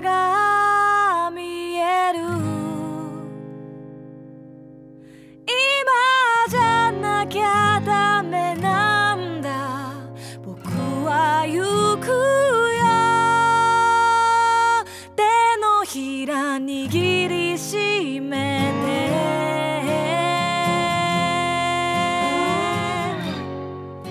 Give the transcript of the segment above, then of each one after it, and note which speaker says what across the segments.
Speaker 1: が見える今じゃなきゃダメなんだ僕は行くよ手のひら握りしめて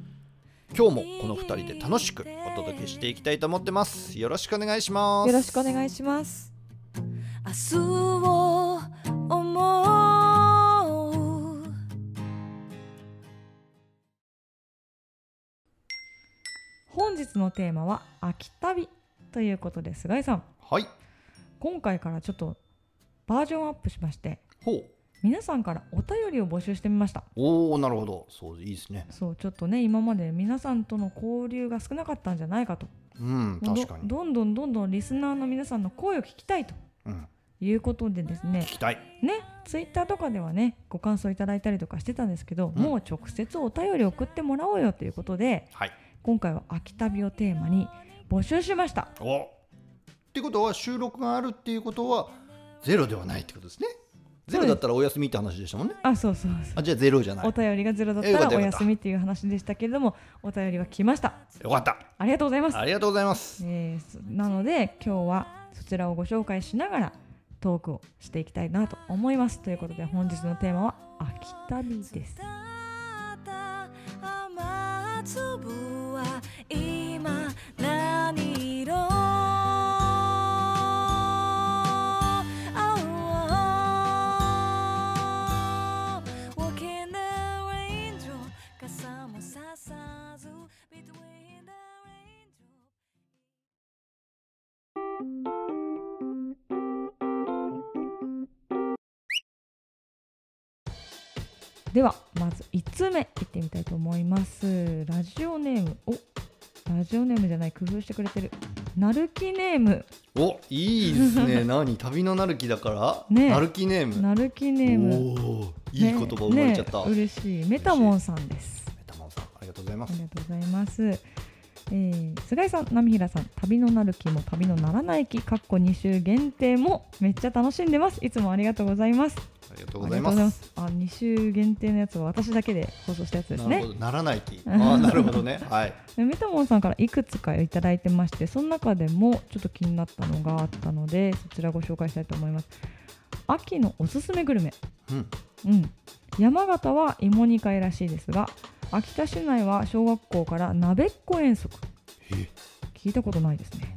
Speaker 2: 今日もこの2人で楽しくお届けしていきたいと思ってますよろしくお願いします
Speaker 3: よろしくお願いします。
Speaker 1: 明日を思う
Speaker 3: 本日のテーマは秋旅ということで菅井さん、
Speaker 2: はい
Speaker 3: 今回からちょっとバージョンアップしまして、
Speaker 2: ほう
Speaker 3: 皆さんからお便りを募集してみました。
Speaker 2: おおなるほどそういいですね
Speaker 3: そうちょっとね今まで皆さんとの交流が少なかったんじゃないかと
Speaker 2: うん
Speaker 3: もうど
Speaker 2: 確かに、
Speaker 3: どんどんどんどんリスナーの皆さんの声を聞きたいと
Speaker 2: うん、
Speaker 3: いうことでですね
Speaker 2: 聞きたい
Speaker 3: ねツイッターとかではねご感想いただいたりとかしてたんですけど、
Speaker 2: うん
Speaker 3: もう直接お便り送ってもらおうよということで
Speaker 2: はい
Speaker 3: 今回は秋旅をテーマに募集しました
Speaker 2: おってことは収録があるっていうことはゼロではないってことですねゼロだったらお休みって話でしたもんね
Speaker 3: あそうそうそう
Speaker 2: あじゃあゼロじゃない
Speaker 3: お便りがゼロだっ
Speaker 2: えよか
Speaker 3: た
Speaker 2: った
Speaker 3: らお
Speaker 2: よかった
Speaker 3: 休みっていう話でしたけれどもお便りは来ました
Speaker 2: よかった
Speaker 3: ありがとうございます、
Speaker 2: ありがとうございます
Speaker 3: えーそなので今日はそちらをご紹介しながらトークをしていきたいなと思いますということで本日のテーマは秋旅です
Speaker 1: 雨粒は今何色青 Walking the raindrop 傘もささず Between the raindrop
Speaker 3: ではまず1通目いってみたいと思いますラジオネームおラジオネームじゃない工夫してくれてるなるきネーム
Speaker 2: おいいです ね何旅のなるきだから、
Speaker 3: ねえ
Speaker 2: なるきネーム
Speaker 3: なるきネーム
Speaker 2: おおいい言葉生まれちゃった、
Speaker 3: ねね嬉しいメタモンさんです
Speaker 2: メタモンさんありがとうございま
Speaker 3: あ
Speaker 2: す
Speaker 3: りがとうございます、えー、菅井さん波平さん旅のなる気も旅のならない気かっこ2週限定もめっちゃ楽しんでますいつもありがとうございます
Speaker 2: ありがとう
Speaker 3: あ
Speaker 2: ご
Speaker 3: り
Speaker 2: ざ
Speaker 3: が
Speaker 2: います
Speaker 3: とうございますあ2週限定のやつは私だけで放送したやつです
Speaker 2: なる
Speaker 3: ね
Speaker 2: ほどならない気あーなるほどね はい
Speaker 3: でメタモンさんからいくつかいただいてましてその中でもちょっと気になったのがあったのでそちらご紹介したいと思います秋のおすすめグルメ
Speaker 2: うん
Speaker 3: うん、山形は芋煮会らしいですが秋田市内は小学校から鍋っこ遠足
Speaker 2: え
Speaker 3: 聞いたことないですね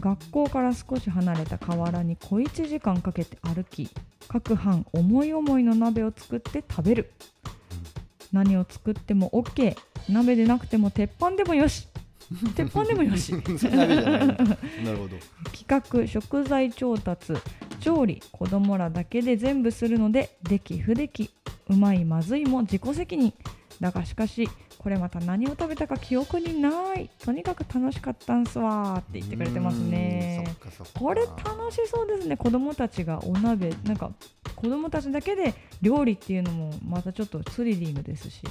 Speaker 3: 学校から少し離れた河原に小1時間かけて歩き各班思い思いの鍋を作って食べる何を作っても OK 鍋でなくても鉄板でもよし鉄板でもよし
Speaker 2: それダメじゃないのなるほど
Speaker 3: 企画食材調達調理子供らだけで全部するので出来不出来うまいまずいも自己責任だがしかしこれまた何を食べたか記憶にないとにかく楽しかったんすわーって言ってくれてます
Speaker 2: うーんそ
Speaker 3: ね
Speaker 2: っかそっか
Speaker 3: これ楽しそうですね子供たちがお鍋なんか子供たちだけで料理っていうのもまたちょっとスリリングですし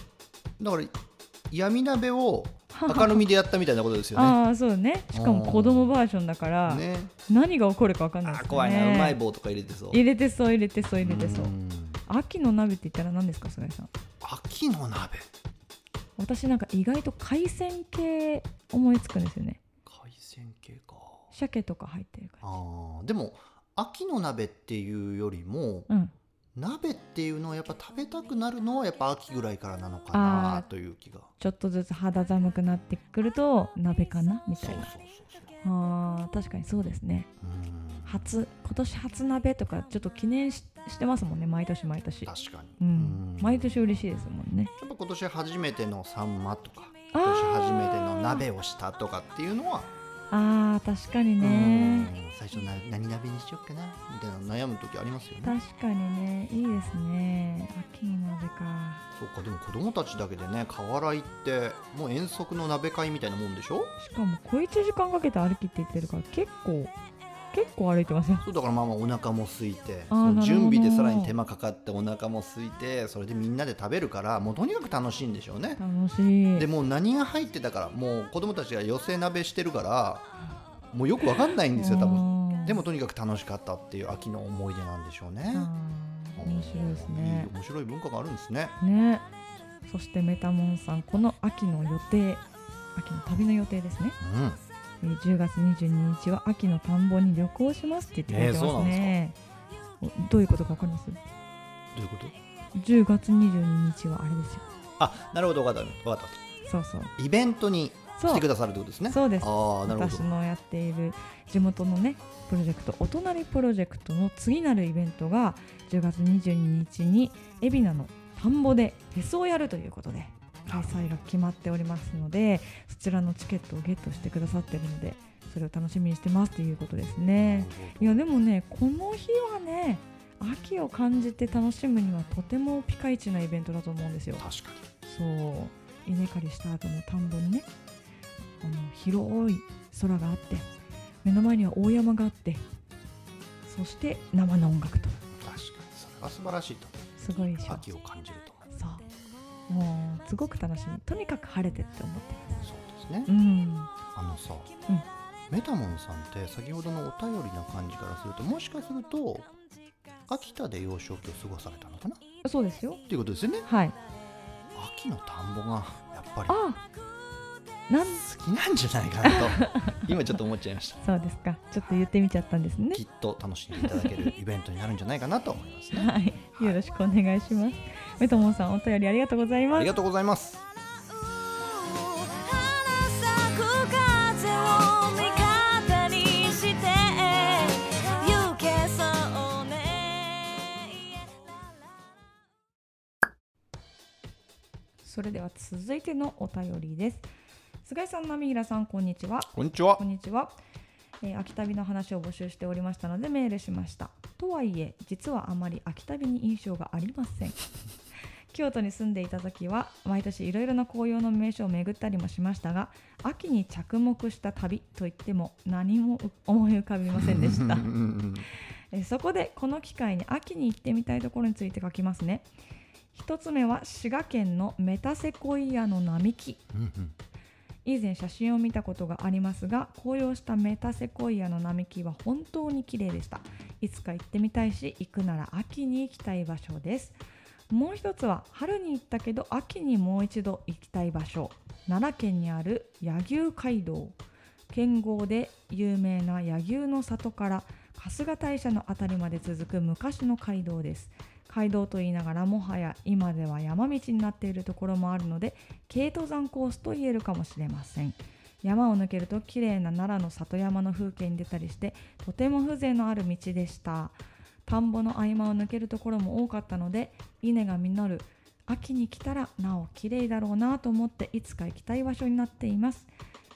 Speaker 2: だから闇鍋を明るみでやったみたいなことですよ
Speaker 3: ああそうねしかも子供バージョンだから、
Speaker 2: ね。ね
Speaker 3: 何が起こるか分かんない
Speaker 2: あ
Speaker 3: です
Speaker 2: ー
Speaker 3: ね
Speaker 2: 怖いなうまい棒とか入れてそう。
Speaker 3: 入れてそう入れてそう入れてそう
Speaker 2: ーん
Speaker 3: 秋の鍋って言ったら何ですか菅井さん
Speaker 2: 秋の鍋
Speaker 3: 私なんか意外と海鮮系思いつくんですよね
Speaker 2: 海鮮系か。
Speaker 3: 鮭とか入ってるか
Speaker 2: あーでも秋の鍋っていうよりも、
Speaker 3: らうん
Speaker 2: 鍋っていうのをやっぱ食べたくなるのはやっぱ秋ぐらいからなのか
Speaker 3: あー
Speaker 2: なという気が。
Speaker 3: ちょっとずつ肌寒くなってくると鍋かなみ
Speaker 2: そ
Speaker 3: た
Speaker 2: う
Speaker 3: い
Speaker 2: そう
Speaker 3: な
Speaker 2: そうそう。
Speaker 3: あー確かにそうですね
Speaker 2: うーん
Speaker 3: 初今年初鍋とかちょっと記念ししてますもんね毎年毎年、
Speaker 2: 確かに、う
Speaker 3: う
Speaker 2: ん
Speaker 3: ん、毎年嬉しいですもんね
Speaker 2: やっぱ今年初めてのサンマとか
Speaker 3: あ
Speaker 2: 今
Speaker 3: ー
Speaker 2: 年初めての鍋をしたとかっていうのは、
Speaker 3: あー確かにね
Speaker 2: うん最初な何鍋にしよっかなみたいな悩む時ありますよね
Speaker 3: 確かにねいいですね秋の鍋か
Speaker 2: そうかでも子供たちだけでね河原行ってもう遠足の鍋会みたいなもんでしょ
Speaker 3: しかも小一時間かけて歩きって言ってるから結構結構歩いてますよ
Speaker 2: そうだからまあまあお腹も空いてそ
Speaker 3: あー
Speaker 2: の
Speaker 3: なるほど
Speaker 2: 準備でさらに手間かかってお腹も空いてそれでみんなで食べるからもうとにかく楽しいんでしょうね
Speaker 3: 楽しい
Speaker 2: でもう何が入ってたからもう子供たちが寄せ鍋してるからもうよくわかんないんですよ多分
Speaker 3: 分
Speaker 2: でもとにかく楽しかったっていう秋の思い出なんでしょうね
Speaker 3: 面白いですね
Speaker 2: いい面白い文化があるんですね
Speaker 3: ねそしてメタモンさんこの秋の予定秋の旅の予定ですね、
Speaker 2: うん
Speaker 3: えー10月22日は秋の田んぼに旅行しますって言ってくれて
Speaker 2: えーそう
Speaker 3: ま
Speaker 2: な
Speaker 3: す
Speaker 2: んですか
Speaker 3: ね、おどういうことかわかります
Speaker 2: どういうこと
Speaker 3: 10月22日はあれですよ
Speaker 2: あなるほど分かった分かっ
Speaker 3: そうそう
Speaker 2: たイベントに来
Speaker 3: そ
Speaker 2: て
Speaker 3: う
Speaker 2: くださるってことですね
Speaker 3: そうです
Speaker 2: ああなるほ
Speaker 3: 私
Speaker 2: ど
Speaker 3: のやっている地元のねプロジェクトお隣プロジェクトの次なるイベントが10月22日に海老名の田んぼでフェスをやるということで開催が決まっておりますのでそちらのチケットをゲットしてくださってるのでそれを楽しみにしてますということですねいやでもねこの日はね秋を感じて楽しむにはとてもピカイチなイベントだと思うんですよ
Speaker 2: 確かに
Speaker 3: そう稲刈りした後の田んぼにねあの広い空があって目の前には大山があってそして生の音楽と
Speaker 2: 確かにそれは素晴らしいと
Speaker 3: すごいでしょ
Speaker 2: 秋を感じると思
Speaker 3: そうもうすごく楽しみとにかく晴れてって思ってま
Speaker 2: うそうですね
Speaker 3: すうん
Speaker 2: あのさ、
Speaker 3: うん
Speaker 2: メタモンさんって先ほどのお便りな感じからするともしかすると秋田で幼少期を過ごされたのかなっ
Speaker 3: そうですよ
Speaker 2: ていうことですよね
Speaker 3: はい
Speaker 2: 秋の田んぼがやっぱり好
Speaker 3: あなん
Speaker 2: きなんじゃないかな と今ちょっと思っちゃいました
Speaker 3: そうですかちょっと言ってみちゃったんですね
Speaker 2: きっと楽しんでいただけるイベントになるんじゃないかなと思います ね
Speaker 3: はいよろしくお願いしますメトモンさんお便りありがとうござい
Speaker 2: あ
Speaker 3: ま
Speaker 2: り
Speaker 3: す
Speaker 2: がとうございます
Speaker 1: 花咲く風を味方にして行けそうね
Speaker 3: それでは続いてのお便りです菅井さん波平さんこんにちは
Speaker 2: こんにちは
Speaker 3: こんにちは、えー秋旅の話を募集しておりましたのでメールしましたとはいえ実はあまり秋旅に印象がありません 京都に住んでいた時は毎年いろいろな紅葉の名所を巡ったりもしましたが秋に着目した旅といっても何も思い浮かびませんで した
Speaker 2: うんうんうん
Speaker 3: えーそこでこの機会に秋に行ってみたいところについて書きますね一つ目は滋賀県のメタセコイアの並木
Speaker 2: うんうん
Speaker 3: 以前写真を見たことがありますが紅葉したメタセコイアの並木は本当に綺麗でしたいつか行ってみたいし行くなら秋に行きたい場所ですもう一つは春に行ったけど秋にもう一度行きたい場所奈良県にある柳生街道県号で有名な柳生の里から春日大社の辺りまで続く昔の街道です街道と言いながらもはや今では山道になっているところもあるので軽登山コースと言えるかもしれません山を抜けると綺麗な奈良の里山の風景に出たりしてとても風情のある道でした田んぼの合間を抜けるところも多かったので稲が実る秋に来たらなお綺麗だろうなと思っていつか行きたい場所になっています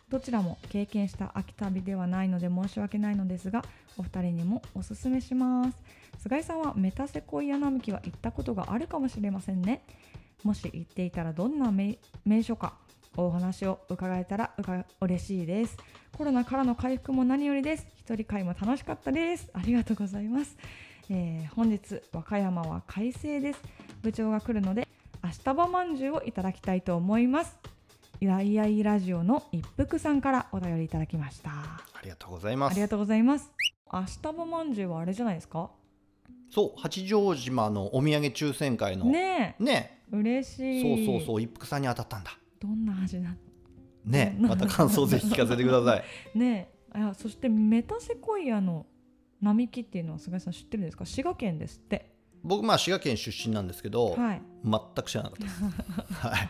Speaker 3: どちらも経験した秋旅ではないので申し訳ないのですがお二人にもおすすめします菅井さんはメタセコイア並木は行ったことがあるかもしれませんねもし行っていたらどんな名名所かお話を伺えたらうか嬉しいですコロナからの回復も何よりです一人会も楽しかったですありがとうございます、えー本日和歌山は快晴です部長が来るので明日葉まんじゅうをいただきたいと思いますイライライラジオの一服さんからお便りいただきましたあ
Speaker 2: ありがとうございます
Speaker 3: りがとうございます明日葉まんじゅうはあれじゃないですか
Speaker 2: そう八丈島のお土産抽選会の
Speaker 3: ね
Speaker 2: ね
Speaker 3: え嬉し
Speaker 2: そう
Speaker 3: い
Speaker 2: そうそう一服さんに当たったんだ
Speaker 3: どんな味な
Speaker 2: ね
Speaker 3: うん
Speaker 2: また感想ぜひ聞かせてください
Speaker 3: ねえあそしてメタセコイアの並木っていうのは菅井さん知ってるんですか滋賀県ですって
Speaker 2: 僕まあ滋賀県出身なんですけど、
Speaker 3: はい
Speaker 2: 全く知らなかった ですはい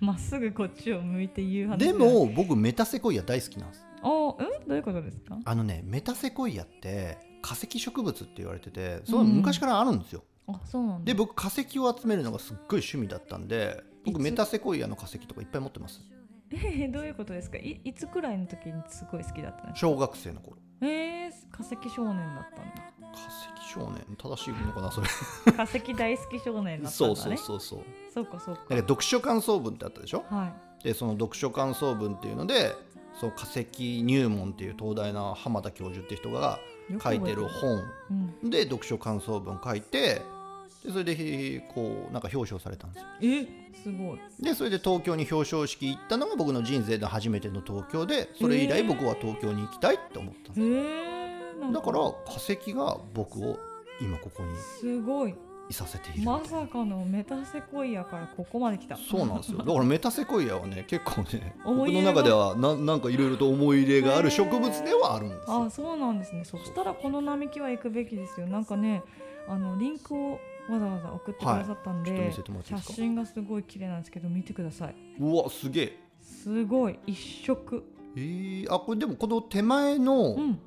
Speaker 3: まっすぐこっちを向いて言う話
Speaker 2: でも僕メタセコイア大好きなんです
Speaker 3: あおうんどういうことですか
Speaker 2: あのねメタセコイアって化石植物って言われててすごい昔からあるんですよ、
Speaker 3: あそうなん
Speaker 2: で
Speaker 3: だ
Speaker 2: 僕化石を集めるのがすっごい趣味だったんで僕
Speaker 3: いつ
Speaker 2: メタセコイアの化石とかいっぱい持ってます
Speaker 3: えー どういうことですかいいつくらいの時にすごい好きだったんですか
Speaker 2: 小学生の頃
Speaker 3: えー、化石少年だったんだ
Speaker 2: 化石少年正しいのかなそ れ
Speaker 3: 化石大好き少年だった
Speaker 2: そ
Speaker 3: んだね
Speaker 2: うそうそうそう
Speaker 3: そうかそうか
Speaker 2: なんか読書感想文ってあったでしょ
Speaker 3: はい
Speaker 2: でその読書感想文っていうのでその化石入門っていう東大の浜田教授って人が
Speaker 3: よく
Speaker 2: 書
Speaker 3: 覚え
Speaker 2: いてる本
Speaker 3: うん、
Speaker 2: で読書感想文書いてでそれでこうなんか表彰されたんですよ
Speaker 3: えすごい
Speaker 2: でそれで東京に表彰式行ったのが僕の人生の初めての東京でそれ以来僕は東京に行きたいって思ったん
Speaker 3: へ
Speaker 2: で
Speaker 3: え
Speaker 2: すだから化石が僕を今ここに
Speaker 3: すごい
Speaker 2: いさせている
Speaker 3: まさかのメタセコイアからここまで来た
Speaker 2: そうなんです よだからメタセコイアはね結構ね
Speaker 3: 思
Speaker 2: 僕
Speaker 3: い
Speaker 2: の
Speaker 3: 入れが
Speaker 2: 中ではななんかいろいろと思い入れがある植物ではあるんです
Speaker 3: あ
Speaker 2: よ
Speaker 3: そうなんですねそしたらこの並木は行くべきですよなんかねあのリンクをわざわざ送ってくださったんで、
Speaker 2: はいちょっと見せてもらっていい
Speaker 3: 写
Speaker 2: ですか
Speaker 3: 真がすごい綺麗なんですけど見てくださいう
Speaker 2: わすげえ
Speaker 3: すごい一色
Speaker 2: えー、あこれでもこの手前
Speaker 3: う
Speaker 2: の
Speaker 3: ん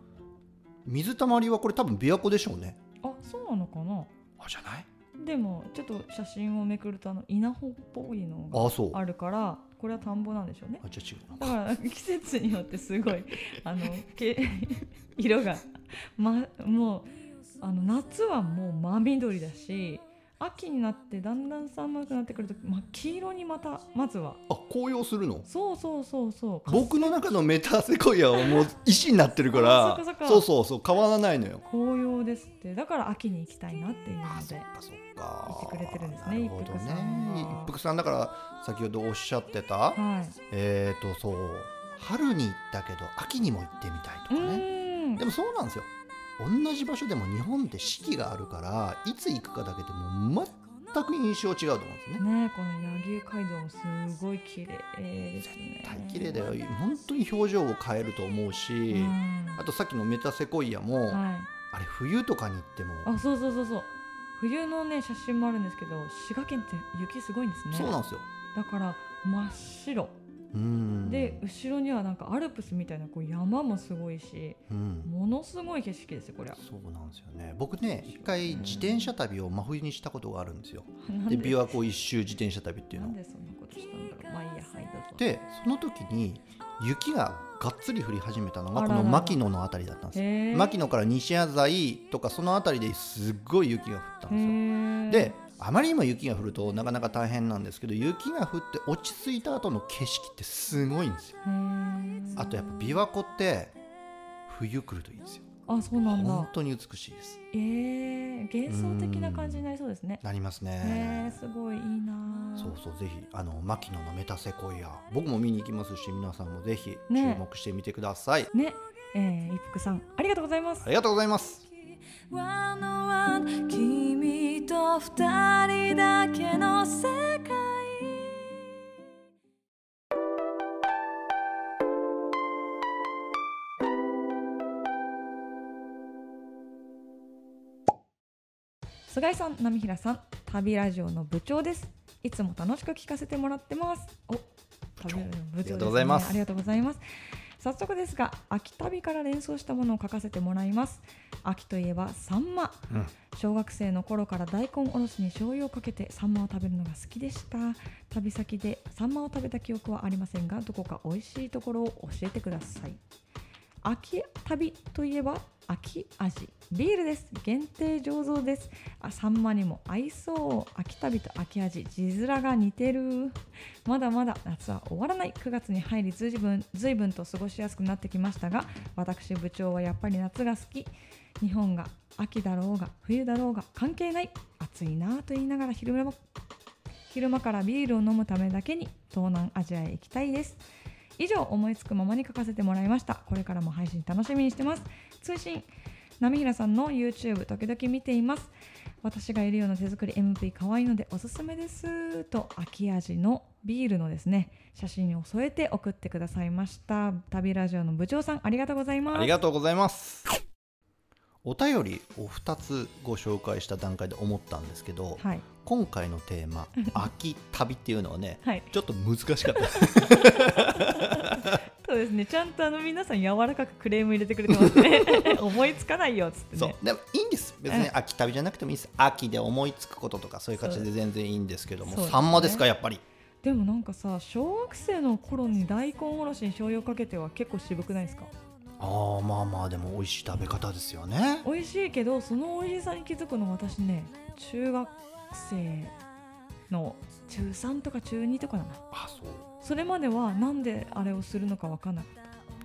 Speaker 2: 水たまりはこれ多分琵琶湖でしょうね
Speaker 3: あそうなのかな
Speaker 2: あじゃない
Speaker 3: でもちょっと写真をめくるとあの稲穂っぽいのが
Speaker 2: あそう
Speaker 3: あるからこれは田んぼなんでしょうね
Speaker 2: あじゃあ違うの
Speaker 3: だ
Speaker 2: か
Speaker 3: から季節によってすごい あのけ 色が、ま、もうあの夏はもう真緑だし秋になってだんだん寒くなってくると、ま、黄色にまたまずは
Speaker 2: あ紅葉するの
Speaker 3: そうそうそうそう
Speaker 2: 僕の中のメタセコイアはもう石になってるか
Speaker 3: あそっかそっ
Speaker 2: ら
Speaker 3: か
Speaker 2: そうそうそう変わらないのよ
Speaker 3: 紅葉ですってだから秋に行きたいなっていうの
Speaker 2: あそっ
Speaker 3: で
Speaker 2: かそっか
Speaker 3: 言ってくれてるんですね
Speaker 2: なるほど
Speaker 3: 一服さん
Speaker 2: ね
Speaker 3: は
Speaker 2: 一服さんだから先ほどおっしゃってた
Speaker 3: はい
Speaker 2: えーとそう春に行ったけど秋にも行ってみたいと
Speaker 3: う
Speaker 2: かね
Speaker 3: ーん
Speaker 2: でもそうなんですよ同じ場所でも日本って四季があるからいつ行くかだけでもう全く印象違うと思うんですね
Speaker 3: ねこの柳生街道もすごい綺麗ですね
Speaker 2: 大綺麗だよ本当に表情を変えると思うし、
Speaker 3: うん
Speaker 2: あとさっきのメタセコイアも、
Speaker 3: はい
Speaker 2: あれ冬とかに行っても
Speaker 3: あそうそうそうそう冬のね写真もあるんですけど滋賀県って雪すごいんですね
Speaker 2: そうなんですよ
Speaker 3: だから真っ白
Speaker 2: うん
Speaker 3: で、後ろにはなんかアルプスみたいなこう山もすごいし
Speaker 2: うん、
Speaker 3: ものすごい景色ですよこれは
Speaker 2: そうなんですよね僕ね一回自転車旅を真冬にしたことがあるんですよ
Speaker 3: なん
Speaker 2: で
Speaker 3: で
Speaker 2: 琵琶湖一周自転車旅っていう
Speaker 3: な
Speaker 2: のを
Speaker 3: んでそんなことしたんだろうまあいいやはいどうぞ
Speaker 2: でその時に雪ががっつり降り始めたのがこ
Speaker 3: あら
Speaker 2: の
Speaker 3: らら
Speaker 2: 牧野のあたりだったんですよ
Speaker 3: へー
Speaker 2: 牧野から西麻布とかそのあたりですっごい雪が降ったん
Speaker 3: へ
Speaker 2: ですよ
Speaker 3: ー
Speaker 2: であまりにも雪が降るとなかなか大変なんですけど雪が降って落ち着いた後の景色ってすごいんですよ
Speaker 3: へー
Speaker 2: あとやっぱ琵琶湖って冬来るといいんですよ
Speaker 3: あそうなん
Speaker 2: 本
Speaker 3: だ
Speaker 2: 当に美しいです
Speaker 3: えー、幻想的な感じになりそうですね
Speaker 2: なります
Speaker 3: へ
Speaker 2: ね
Speaker 3: ーすごいいいな
Speaker 2: そうそうぜひあの牧野のメタセコイア僕も見に行きますし皆さんもぜひ注
Speaker 3: ね
Speaker 2: 目してみてください、
Speaker 3: ねえー、一服さんありがとうございます
Speaker 2: ありがとうございます
Speaker 1: One on one 君と二人だけの世界
Speaker 3: 菅井さん、波平さん、旅ラジオの部長です。いつも楽しく聞かせてもらってます。お、旅ラジオの部長ですね
Speaker 2: ありがとうございます
Speaker 3: ありがとうございます。早速ですが、秋旅から連想したものを書かせてもらいます。秋といえばサンマ。
Speaker 2: うん
Speaker 3: 小学生の頃から大根おろしに醤油をかけてサンマを食べるのが好きでした。旅先でサンマを食べた記憶はありませんが、どこか美味しいところを教えてください。秋旅といえば秋味ビールです限定醸造ですあサンマにも合いそう秋旅と秋味字面が似てるまだまだ夏は終わらない9月に入りずいぶんずいぶんと過ごしやすくなってきましたが私部長はやっぱり夏が好き日本が秋だろうが冬だろうが関係ない暑いなぁと言いながら昼間も昼間からビールを飲むためだけに東南アジアへ行きたいです以上思いつくままに書かせてもらいましたこれからも配信楽しみにしてます通信波平さんの YouTube 時々見ています私がいるような手作り MP 可愛いのでおすすめですと秋味のビールのですね写真を添えて送ってくださいました旅ラジオの部長さんありがとうございます
Speaker 2: ありがとうございます。お便りを2つご紹介した段階で思ったんですけど、
Speaker 3: はい
Speaker 2: 今回のテーマ「秋旅」っていうのはね
Speaker 3: はい
Speaker 2: ちょっと難しかった
Speaker 3: 確そうですねちゃんとあの皆さん柔らかくクレーム入れてくれてます ね思いつかないよっつって
Speaker 2: そう
Speaker 3: ね
Speaker 2: でもいいんです別に
Speaker 3: うん
Speaker 2: 秋旅じゃなくてもいいです秋で思いつくこととかそういう形で全然いいんですけども
Speaker 3: そうです
Speaker 2: サンマですかやっぱり
Speaker 3: でもなんかさ小学生の頃に大根おろしに醤油をかけては結構渋くないですか
Speaker 2: ああまあまあでも美味しい食べ方ですよね
Speaker 3: 美味しいけどその美味しさに気づくの私ね中学生の中3とか中2とかだな
Speaker 2: あそう
Speaker 3: それまではなんであれをするのか分かんなかっ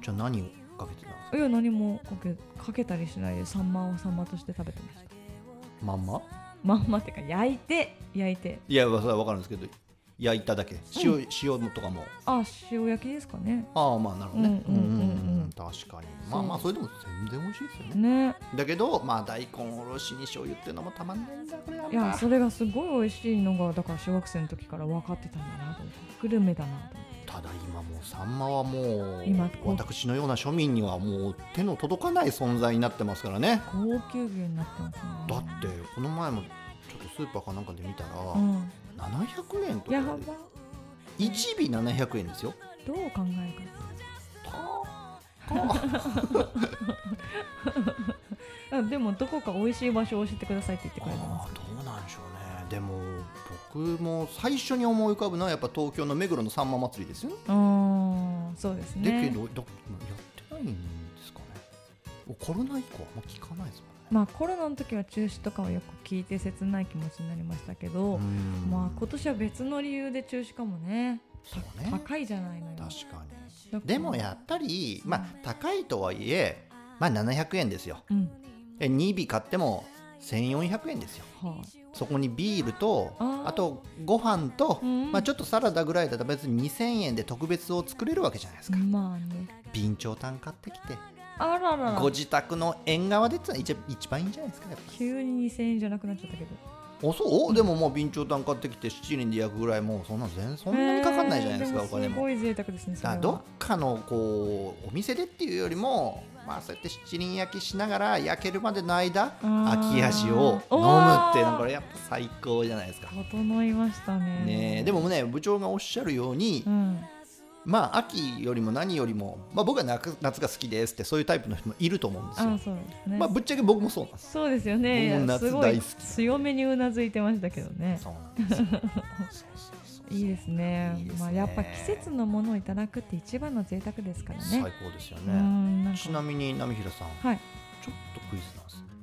Speaker 2: じゃあ何をかけてたんです
Speaker 3: たいや何もかけかけたりしないでサンマをサンマとして食べてました
Speaker 2: かまんま
Speaker 3: まんまってか焼いて焼いて
Speaker 2: いやそれは分かるんですけど焼いただけ塩,、塩とかも
Speaker 3: あ塩焼きですかね
Speaker 2: ああまあなるほどね
Speaker 3: うんうんうんう
Speaker 2: う
Speaker 3: ん
Speaker 2: ん確かにまあまあそれでも全然美味しいですよね
Speaker 3: ね
Speaker 2: だけどまあ大根おろしに醤油っていうのもたまんないんだこれはい
Speaker 3: や
Speaker 2: まあ
Speaker 3: それがすごい美味しいのがだから小学生の時から分かってたんだなと思ってグルメだなと思って
Speaker 2: ただ今もうサンマはもう
Speaker 3: 今こう
Speaker 2: 私のような庶民にはもう手の届かない存在になってますからね
Speaker 3: 高級牛になってますね
Speaker 2: だってこの前もちょっとスーパーかなんかで見たら、
Speaker 3: うん
Speaker 2: 700円と
Speaker 3: や
Speaker 2: か
Speaker 3: ば
Speaker 2: で1尾700円ですよ
Speaker 3: どう考えるかあでもどこか美味しい場所を教えてくださいって言ってくれたんで
Speaker 2: あ
Speaker 3: す
Speaker 2: あどうなんでしょうねでも僕も最初に思い浮かぶのはやっぱ東京の目黒のさんま祭りですよね
Speaker 3: ああそうです
Speaker 2: だけ
Speaker 3: ね
Speaker 2: どだやってないんですかねコロナ以降あんま聞かないですもんね、
Speaker 3: まあコロナの時は中止とかをよく聞いて切ない気持ちになりましたけど、
Speaker 2: うん
Speaker 3: まあ今年は別の理由で中止かもね
Speaker 2: そうね
Speaker 3: 高いじゃないのよ
Speaker 2: 確かに
Speaker 3: だから
Speaker 2: でもやっぱりまあ高いとはいえまあ700円ですよ
Speaker 3: うん
Speaker 2: え2尾買っても1400円ですよ
Speaker 3: はい、
Speaker 2: そこにビールと
Speaker 3: あー
Speaker 2: あとご飯と、
Speaker 3: うん
Speaker 2: まあ、ちょっとサラダぐらいだと別に2000円で特別を作れるわけじゃないですか、
Speaker 3: まあね
Speaker 2: 備長炭買ってきて
Speaker 3: あらら
Speaker 2: ご自宅の縁側でってのは一一番いいんじゃないですかやっ
Speaker 3: 急に2000円じゃなくなっちゃったけど
Speaker 2: ぱおそうおでももう備長炭買ってきて七輪で焼くぐらいもうそんな全そんなにかかんないじゃないですか、
Speaker 3: えー
Speaker 2: お金
Speaker 3: もす
Speaker 2: も
Speaker 3: ごい贅沢ですねそ
Speaker 2: だ
Speaker 3: れ
Speaker 2: か
Speaker 3: は
Speaker 2: らどっかのこうお店でっていうよりもまあそうやって七輪焼きしながら焼けるまでの間
Speaker 3: あー
Speaker 2: 秋足を飲むっていうのはこれやっぱ最高じゃないですか
Speaker 3: 整いましたね
Speaker 2: ねえでもね部長がおっしゃるように、
Speaker 3: うん
Speaker 2: まあ秋よりも何よりも、まあ、僕は夏夏が好きですってそういうタイプの人もいると思うんです
Speaker 3: あ
Speaker 2: よ
Speaker 3: あ、そうですね、
Speaker 2: まあ、ぶっちゃけ僕もそうなんです
Speaker 3: そうですよねい
Speaker 2: 僕も
Speaker 3: や
Speaker 2: 夏
Speaker 3: すご
Speaker 2: 大
Speaker 3: い
Speaker 2: 好き
Speaker 3: 強めにうなずいてましたけどね
Speaker 2: そうなんですよそうそうそうそう
Speaker 3: いいですね
Speaker 2: いいですね
Speaker 3: まあ、やっぱ季節のものをいただくって一番の贅沢ですからね
Speaker 2: 最高ですよ
Speaker 3: う
Speaker 2: ね
Speaker 3: んなんか
Speaker 2: ちなみに波平さん、
Speaker 3: はい
Speaker 2: ちょっとクイズ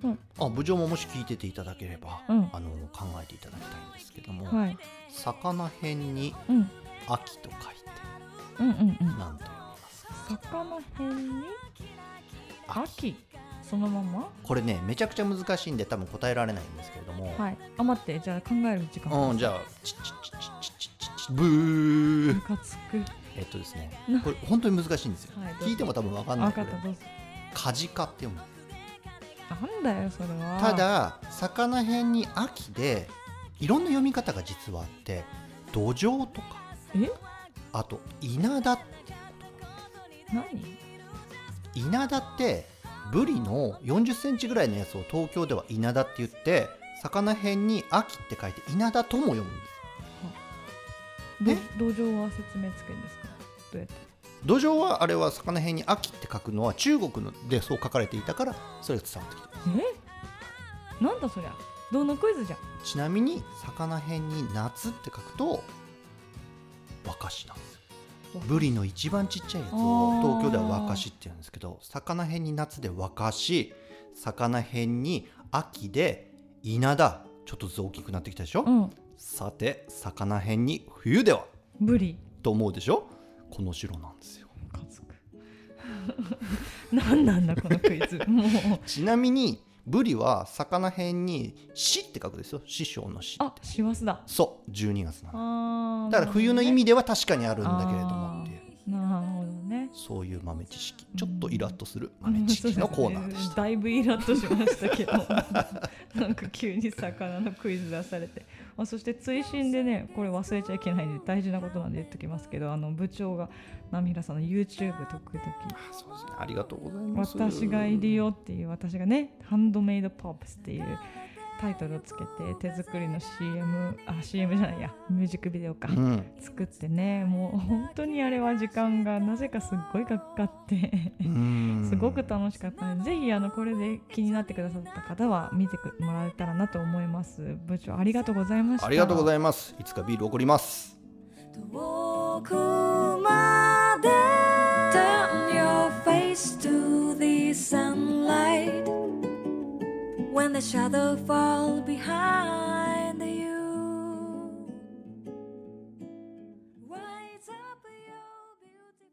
Speaker 2: なんです、
Speaker 3: うん
Speaker 2: あ部長ももし聞いてていただければ、
Speaker 3: うん
Speaker 2: あの考えていただきたいんですけども、
Speaker 3: はい、
Speaker 2: 魚辺に
Speaker 3: うん、うん
Speaker 2: 秋と書いて
Speaker 3: うんうん
Speaker 2: 何と読みますか
Speaker 3: 魚辺に
Speaker 2: 秋
Speaker 3: 秋そのまま
Speaker 2: これねめちゃくちゃ難しいんで多分答えられないんですけれども、
Speaker 3: はいあ待ってじゃあ考える時間
Speaker 2: うん、じゃあ、ちちちちちちちちブー
Speaker 3: ム。カつく
Speaker 2: えっとですね
Speaker 3: な、
Speaker 2: これ本当に難しいんですよ。
Speaker 3: はいどうぞ
Speaker 2: 聞いても多分わかんない
Speaker 3: 分
Speaker 2: けど、
Speaker 3: かったどうぞ
Speaker 2: カジカって読む。
Speaker 3: なんだよそれは
Speaker 2: ただ、魚辺に秋で、いろんな読み方が実はあって、土壌とか、
Speaker 3: え
Speaker 2: あと稲田。
Speaker 3: 何
Speaker 2: 稲田ってブリの40センチぐらいのやつを東京では稲田って言って、魚辺に秋って書いて稲田とも読むんです。
Speaker 3: ど
Speaker 2: え
Speaker 3: 土壌は説明つけんですかどうやって
Speaker 2: 土壌はあれは魚辺に秋って書くのは中国のでそう書かれていたからそれが伝わってきた
Speaker 3: えなんだそりゃどんなクイズじゃん
Speaker 2: ちなみに魚辺に夏って書くと和菓子なんですよブリの一番ちっちゃいやつを
Speaker 3: あー
Speaker 2: 東京では和菓子って言うんですけど魚辺に夏で和菓子魚辺に秋で稲田ちょっとずつ大きくなってきたでしょ、
Speaker 3: うん
Speaker 2: さて魚辺に冬では
Speaker 3: ブリ
Speaker 2: と思うでしょこの城なんですよ
Speaker 3: ムカつく 何なんだこのクイ ズもう
Speaker 2: ちなみにブリは魚辺に「死」って書くですよ師匠の「死」
Speaker 3: あ師走だ
Speaker 2: そう12月なの
Speaker 3: あー
Speaker 2: だから冬の意
Speaker 3: なる
Speaker 2: 味では確かにあるんだけれどもっていう
Speaker 3: ほどね
Speaker 2: そういう豆知識ちょっとイラッとする豆知識のコーナーでした、
Speaker 3: だいぶイラッとしました けどなんか急に魚のクイズ出されてあそして追伸でねこれ忘れちゃいけないんで大事なことなんで言っときますけどあの部長が浪平さんの YouTube 時々
Speaker 2: あそうですねありがとうございます
Speaker 3: 私がいるよっていう私がねハンドメイドポップスっていうタイトルをつけて手作りの CM あ CM じゃないやミュージックビデオか、
Speaker 2: うん
Speaker 3: 作ってねもう本当にあれは時間がなぜかすっごいかかって
Speaker 2: うん
Speaker 3: すごく楽しかったのでぜひあのこれで気になってくださった方は見てくもらえたらなと思います部長ありがとうございました
Speaker 2: ありがとうご
Speaker 3: い
Speaker 2: ざいますいつかビール送ります
Speaker 1: 遠くまで Turn your face to the sunlight When the shadow fall behind you Rise up your beautiful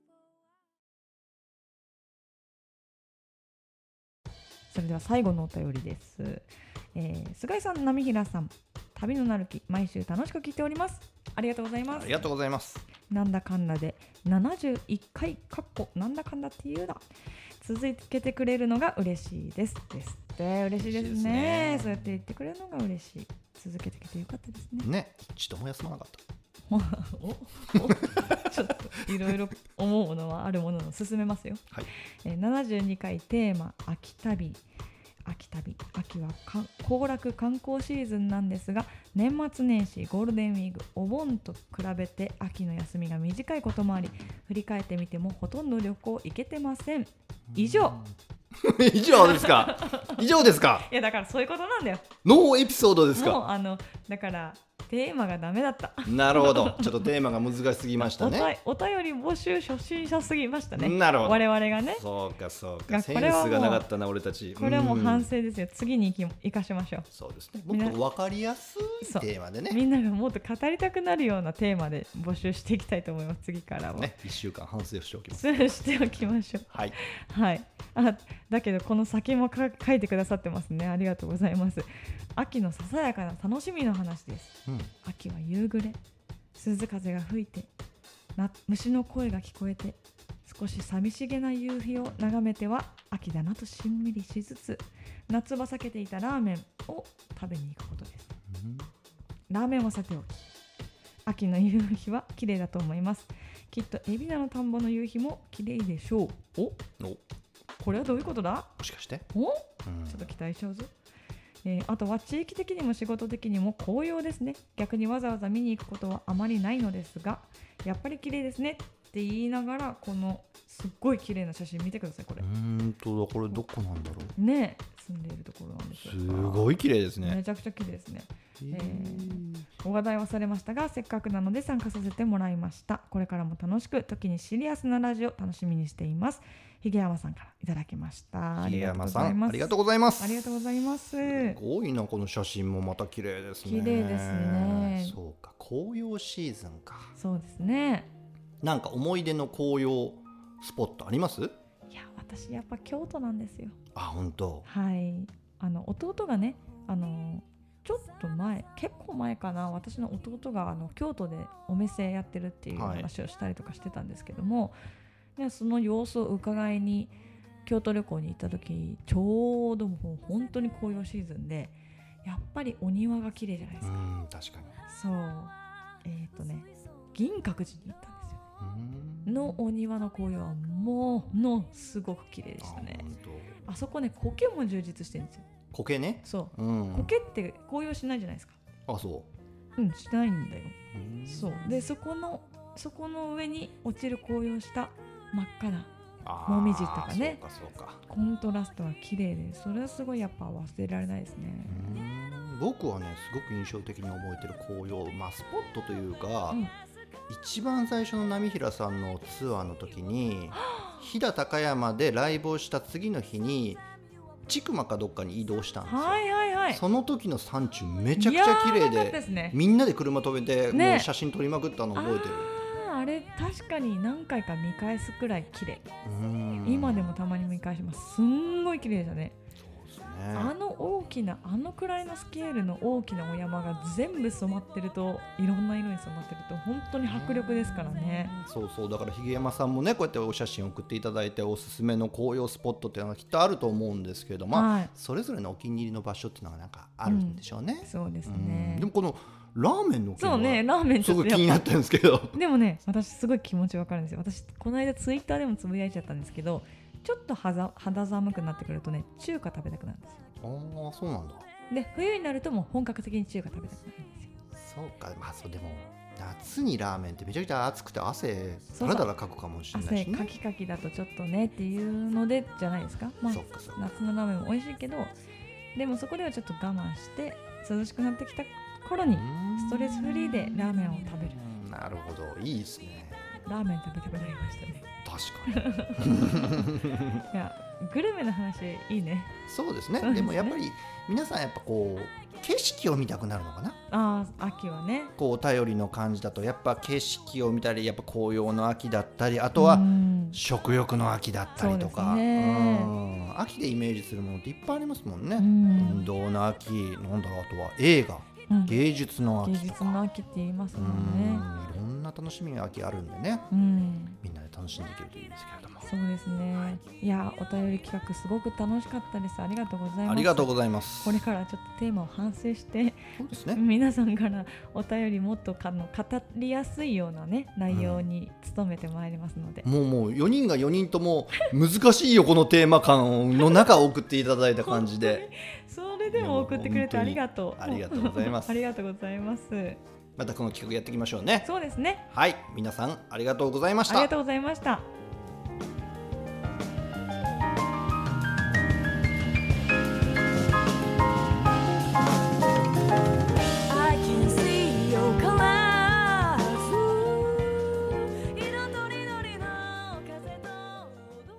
Speaker 3: それでは最後のお便りです、えー、菅井さん波平さん旅のなるき毎週楽しく聞いておりますありがとうございま
Speaker 2: あ
Speaker 3: す
Speaker 2: りがとうございます
Speaker 3: なんだかんだで71回かっこなんだかんだっていうな続けてくれるのが嬉しいですですって嬉しいで
Speaker 2: 嬉しいで
Speaker 3: すね
Speaker 2: すね
Speaker 3: そうやって言ってくれるのが嬉しい続けてきてよかったですね
Speaker 2: ね一度も休まなかった
Speaker 3: おお ちょっといろいろ思うものはあるものの進めますよ、
Speaker 2: はい
Speaker 3: えー、72回テーマ「秋旅」秋旅秋はか行楽観光シーズンなんですが年末年始ゴールデンウィークお盆と比べて秋の休みが短いこともあり振り返ってみてもほとんど旅行行けてませんい以上
Speaker 2: 以上ですか以上ですか
Speaker 3: やだからそういうことなんだよ
Speaker 2: ノーエピソードです
Speaker 3: も
Speaker 2: か
Speaker 3: うあのだからテーマがダメだった
Speaker 2: なるほどちょっとテーマが難しすぎましたね
Speaker 3: おたお便り募集初心者すぎましたね
Speaker 2: なるほど
Speaker 3: 我々がね
Speaker 2: そうかそう
Speaker 3: い
Speaker 2: か
Speaker 3: や
Speaker 2: セ
Speaker 3: こ
Speaker 2: ンス
Speaker 3: れはもう
Speaker 2: がなかったな俺たち
Speaker 3: これはもう反
Speaker 2: ん
Speaker 3: 省ですよ、次に生き生かしましょう
Speaker 2: そうですねも
Speaker 3: みんな
Speaker 2: っと分かりやすい
Speaker 3: そう
Speaker 2: テーマでね
Speaker 3: みんながもっと語りたくなるようなテーマで募集していきたいと思います次からは、
Speaker 2: ね一週間反省しておきます
Speaker 3: そうしておきましょ
Speaker 2: はい、
Speaker 3: う はいあだけどこの先もか書いてくださってますねありがとうございます秋のささやかな楽しみの話です
Speaker 2: うん
Speaker 3: 秋は夕暮れ涼風が吹いてな虫の声が聞こえて少し寂しげな夕日を眺めては秋だなとしんみりしつつ夏場避けていたラーメンを食べに行くことですラーメンはさておき秋の夕日は綺麗だと思いますきっと海老名の田んぼの夕日も綺麗でしょうお
Speaker 2: おも
Speaker 3: これはどういうことだ
Speaker 2: しかして、
Speaker 3: お
Speaker 2: うん
Speaker 3: ちょっと期待しちゃうぞ、えーあとは地域的にも仕事的にも紅葉ですね逆にわざわざ見に行くことはあまりないのですがやっぱり綺麗ですねって言いながらこのすっごい綺麗な写真見てくださいこれ
Speaker 2: うーんとだこれどこなんだろう
Speaker 3: ねえ住んでいるところなんです
Speaker 2: すごい綺麗ですね
Speaker 3: め、ちゃくちゃ綺麗ですね
Speaker 2: え
Speaker 3: ーお話題はされましたがせっかくなので参加させてもらいましたこれからも楽しく時にシリアスなラジオ楽しみにしていますひげやまさんからいただきました
Speaker 2: 桐山さんありがとう
Speaker 3: ご
Speaker 2: ござ
Speaker 3: ざい
Speaker 2: いま
Speaker 3: ますすありがとうございます
Speaker 2: すごいなこの写真もまた綺麗ですね
Speaker 3: 綺麗ですね
Speaker 2: そうか紅葉シーズンか
Speaker 3: そうですね
Speaker 2: なんか思い出の紅葉スポットあります
Speaker 3: いや私やっぱ京都なんですよ
Speaker 2: あ本当
Speaker 3: はいあの弟がねあのちょっと前結構前かな私の弟があの京都でお店やってるっていう
Speaker 2: はい
Speaker 3: 話をしたりとかしてたんですけども、でその様子を伺いに京都旅行に行った時ちょうどもう本当に紅葉シーズンでやっぱりお庭が綺麗じゃないで
Speaker 2: う
Speaker 3: すか、
Speaker 2: ん確かに
Speaker 3: そうえっ、とね銀閣寺に行ったんですよ
Speaker 2: うーん
Speaker 3: のお庭の紅葉はもうのすごく綺麗で
Speaker 2: あ
Speaker 3: したね
Speaker 2: 本
Speaker 3: あそこね苔も充実してるんですよ
Speaker 2: 当苔ね
Speaker 3: そう
Speaker 2: うん
Speaker 3: 苔って紅葉しないじゃないですか。
Speaker 2: あそ
Speaker 3: うん、しないんだよ。
Speaker 2: ううん
Speaker 3: そう。で、そこの、そこの上に落ちる紅葉した真っ赤な
Speaker 2: あー
Speaker 3: もみじとかね
Speaker 2: そうかそうか
Speaker 3: コントラストが綺麗で、それはすごいやっぱ忘れられないですね
Speaker 2: う。ん僕はねすごく印象的に覚えてる紅葉、まあ、スポットというか、
Speaker 3: うん
Speaker 2: 一番最初の波平さんのツアーの時に飛騨高山でライブをした次の日に千曲かどっかに移動したんですよ、
Speaker 3: はいはいはい。
Speaker 2: その時の山中めちゃくちゃ綺麗
Speaker 3: いやーなかった
Speaker 2: で
Speaker 3: ですね。
Speaker 2: みんなで車止めて、
Speaker 3: ね
Speaker 2: もう写真撮りまくったの覚えてる
Speaker 3: あーあれ確かに何回か見返すくらい綺麗、
Speaker 2: うん
Speaker 3: 今でもたまに見返しますすんごい綺麗でしたね、
Speaker 2: そうです
Speaker 3: あ
Speaker 2: ね
Speaker 3: の大きなあのくらいのスケールの大きなお山が全部染まってるといろんな色に染まってると本当に迫力ですからね、
Speaker 2: そうそうだからひげ山さんもねこうやってお写真送っていただいておすすめの紅葉スポットっていうのはきっとあると思うんですけれども、まあ
Speaker 3: はい
Speaker 2: それぞれのお気に入りの場所っていうのがなんかあるんでしょうね。
Speaker 3: そうです
Speaker 2: う
Speaker 3: ね
Speaker 2: んでもこのラーメンの件
Speaker 3: そ
Speaker 2: は
Speaker 3: うねラーメンち
Speaker 2: す
Speaker 3: ょ
Speaker 2: ご
Speaker 3: っ
Speaker 2: い
Speaker 3: と
Speaker 2: 気に
Speaker 3: や
Speaker 2: なっ
Speaker 3: っ
Speaker 2: たんですけど。
Speaker 3: ぱでもね私すごい気持ちわかるんですよ私この間ツイッターでもつぶやいちゃったんですけどちょっと肌肌寒くなってくるとね中華食べたくなるんですよ
Speaker 2: ああそうなんだ。
Speaker 3: で冬になるともう本格的に中華食べたくなるんですよ
Speaker 2: そうかまあそうでも夏にラーメンってめちゃくちゃ暑くて汗
Speaker 3: そ
Speaker 2: だ
Speaker 3: う
Speaker 2: ら
Speaker 3: そう
Speaker 2: だらかくかもしれない
Speaker 3: 汗
Speaker 2: し
Speaker 3: か
Speaker 2: ね
Speaker 3: きかきだとちょっとねっていうのでじゃないですか、まあ
Speaker 2: そ、っかそっか
Speaker 3: 夏のラーメンも美味しいけどでもそこではちょっと我慢して涼しくなってきた頃に
Speaker 2: うん
Speaker 3: ストレスフリーでラーメンを食べる
Speaker 2: うんなるほどいいですね
Speaker 3: ラーメン食べたくなりましたね
Speaker 2: 確か に
Speaker 3: いやグルメの話いいね
Speaker 2: そうです
Speaker 3: そうです
Speaker 2: ね
Speaker 3: ね
Speaker 2: でもやっぱり皆さんやっぱこう景色を見たくなるのかな
Speaker 3: ああ秋はね
Speaker 2: こうお便りの感じだとやっぱ景色を見たりやっぱ紅葉の秋だったりあとは、
Speaker 3: うん
Speaker 2: 食欲の秋だったりとか
Speaker 3: そうですね
Speaker 2: うん秋でイメージするものっていっぱいありますもんね、
Speaker 3: うん
Speaker 2: 運動の秋なんだろうあとは映画
Speaker 3: うん芸
Speaker 2: 芸術の秋と
Speaker 3: 術の
Speaker 2: か
Speaker 3: 秋って言います
Speaker 2: う
Speaker 3: もんね
Speaker 2: んいろんな楽しみが秋あるんでね
Speaker 3: うん
Speaker 2: みんなで楽しんでいけるといいんですけれども
Speaker 3: そうですねいやお便り企画すごく楽しかったですありがとうございます
Speaker 2: ありがとう
Speaker 3: こ
Speaker 2: ございます
Speaker 3: れからちょっとテーマを反省して
Speaker 2: そうですね
Speaker 3: 皆さんからお便りもっとかの語りやすいようなね内容に努めてまいりますので、
Speaker 2: もうもう4人が4人とも難しいよこのテーマ感の中送っていただいた感じで
Speaker 3: それでも送ってくれてありがとう
Speaker 2: ありがとうございます
Speaker 3: ありがとうございます
Speaker 2: またこの企画やっていきましょうね
Speaker 3: そうですね
Speaker 2: はい皆さんありがとうございまし
Speaker 3: あり
Speaker 2: た
Speaker 3: がとうございました
Speaker 1: I can see your colors 色とりどりの風と踊る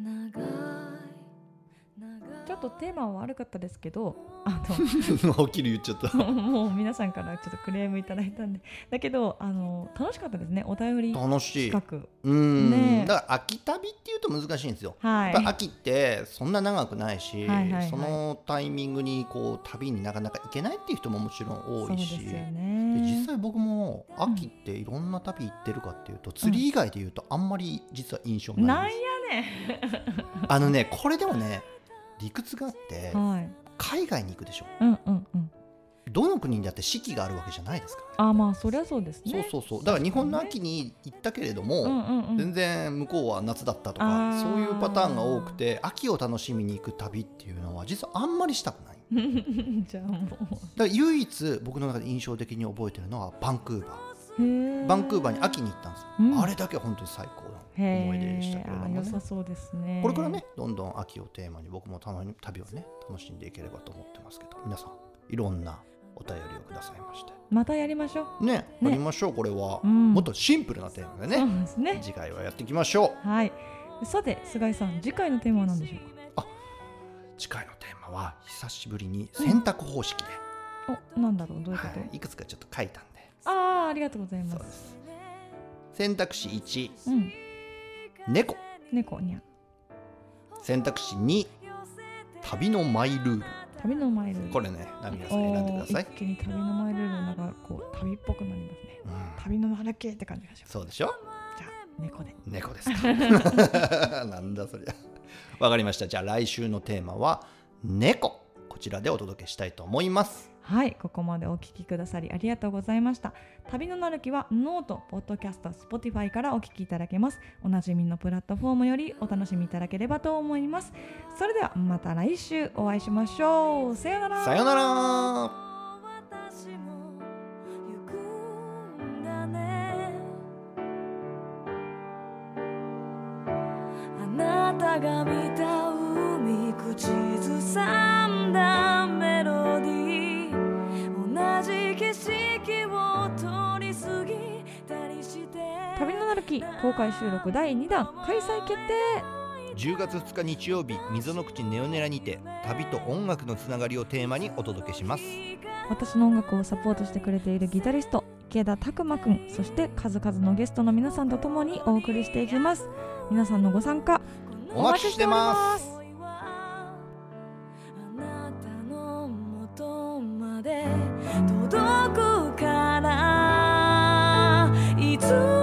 Speaker 1: 長い長い
Speaker 3: ちょっとテーマは悪かったですけどあ
Speaker 2: はっきり言っちゃった
Speaker 3: のもう皆さんからちょっとクレームいただいたんでだけどあの楽しかったですねお便り
Speaker 2: 楽しい
Speaker 3: 企画
Speaker 2: うん、
Speaker 3: ねえ
Speaker 2: だから秋旅っていうと難しいんですよ、
Speaker 3: はい
Speaker 2: やっぱ秋ってそんな長くないし、
Speaker 3: はいはいはい
Speaker 2: そのタイミングにこう旅になかなか行けないっていう人ももちろん多い
Speaker 3: そ
Speaker 2: し
Speaker 3: うですよ
Speaker 2: で
Speaker 3: ね
Speaker 2: 実際僕も秋っていろんな旅行ってるかっていうと、釣り以外で言うとあんまり実は印象な
Speaker 3: な
Speaker 2: んいん
Speaker 3: や
Speaker 2: です、
Speaker 3: ね
Speaker 2: あのねこれでもね理屈があって
Speaker 3: んはい
Speaker 2: 海外に行くでしょ
Speaker 3: うんうんうん
Speaker 2: どの国にだって四季があるわけじゃないですか、
Speaker 3: あまあそりゃそうですね
Speaker 2: そうそうそうだから日本の秋に行ったけれども、
Speaker 3: うんうんうん
Speaker 2: 全然向こうは夏だったと
Speaker 3: あ
Speaker 2: か
Speaker 3: ー
Speaker 2: そういうパターンが多くて秋を楽しみに行く旅っていうのは実はあんまりしたくない
Speaker 3: じゃあも
Speaker 2: だから唯一僕の中で印象的に覚えてるのはバンクーバ
Speaker 3: うへ
Speaker 2: ーバンクー
Speaker 3: バ
Speaker 2: バーに秋に行ったんですよ、
Speaker 3: うん
Speaker 2: あれだけは本当に最高の思い出でしたけれども、
Speaker 3: 良
Speaker 2: ね
Speaker 3: さそうですね
Speaker 2: これからねどんどん秋をテーマに僕もたまに旅をね楽しんでいければと思ってますけど皆さんいろんなお便りをくださいまして
Speaker 3: またやりましょう
Speaker 2: ねや
Speaker 3: ね
Speaker 2: りましょうこれは、
Speaker 3: うん
Speaker 2: もっとシンプルなテーマで
Speaker 3: そう
Speaker 2: ね
Speaker 3: ですね
Speaker 2: 次回はやっていきましょう
Speaker 3: はいさて菅井さん次回のテーマは何でしょう
Speaker 2: 次回のテーマは久しぶりに選択方式で、
Speaker 3: かおなんだろうどういうこと、
Speaker 2: はい、いくつかちょっと書いたんで
Speaker 3: ああありがとうござい
Speaker 2: そ
Speaker 3: ま
Speaker 2: うですす選択肢1
Speaker 3: うん
Speaker 2: 猫
Speaker 3: 猫にゃ
Speaker 2: 選択肢2旅のマイルール
Speaker 3: 旅のマイルール
Speaker 2: これねナミヤさん選んでください
Speaker 3: おー、一気に旅のマイルールの中がこう旅っぽくなりますね
Speaker 2: うん、
Speaker 3: 旅の歩きって感じがします
Speaker 2: そうでしょ
Speaker 3: じゃあ猫で
Speaker 2: 猫ですか なんだそりゃわかりましたじゃあ来週のテーマは猫こちらでお届けしたいと思います
Speaker 3: はいここまでお聞きくださりありがとうございました旅のなるきはノートポッドキャスト Spotify からお聞きいただけますおなじみのプラットフォームよりお楽しみいただければと思いますそれではまた来週お会いしましょうさようなら
Speaker 2: さよなら
Speaker 1: 私も行くんだねあなたが見た海口ずさんだメロディー同じ景色を通り過ぎたりして
Speaker 3: 旅のなるき公開収録第2弾開催決定
Speaker 2: 10月2日日曜日溝の口ネオネラにて旅と音楽のつながりをテーマにお届けします
Speaker 3: 私の音楽をサポートしてくれているギタリスト池田拓磨くんそして数々のゲストの皆さんと共にお送りしていきます皆さんのご参加
Speaker 2: お待ちしてます
Speaker 1: あなたの元まで届くからいつも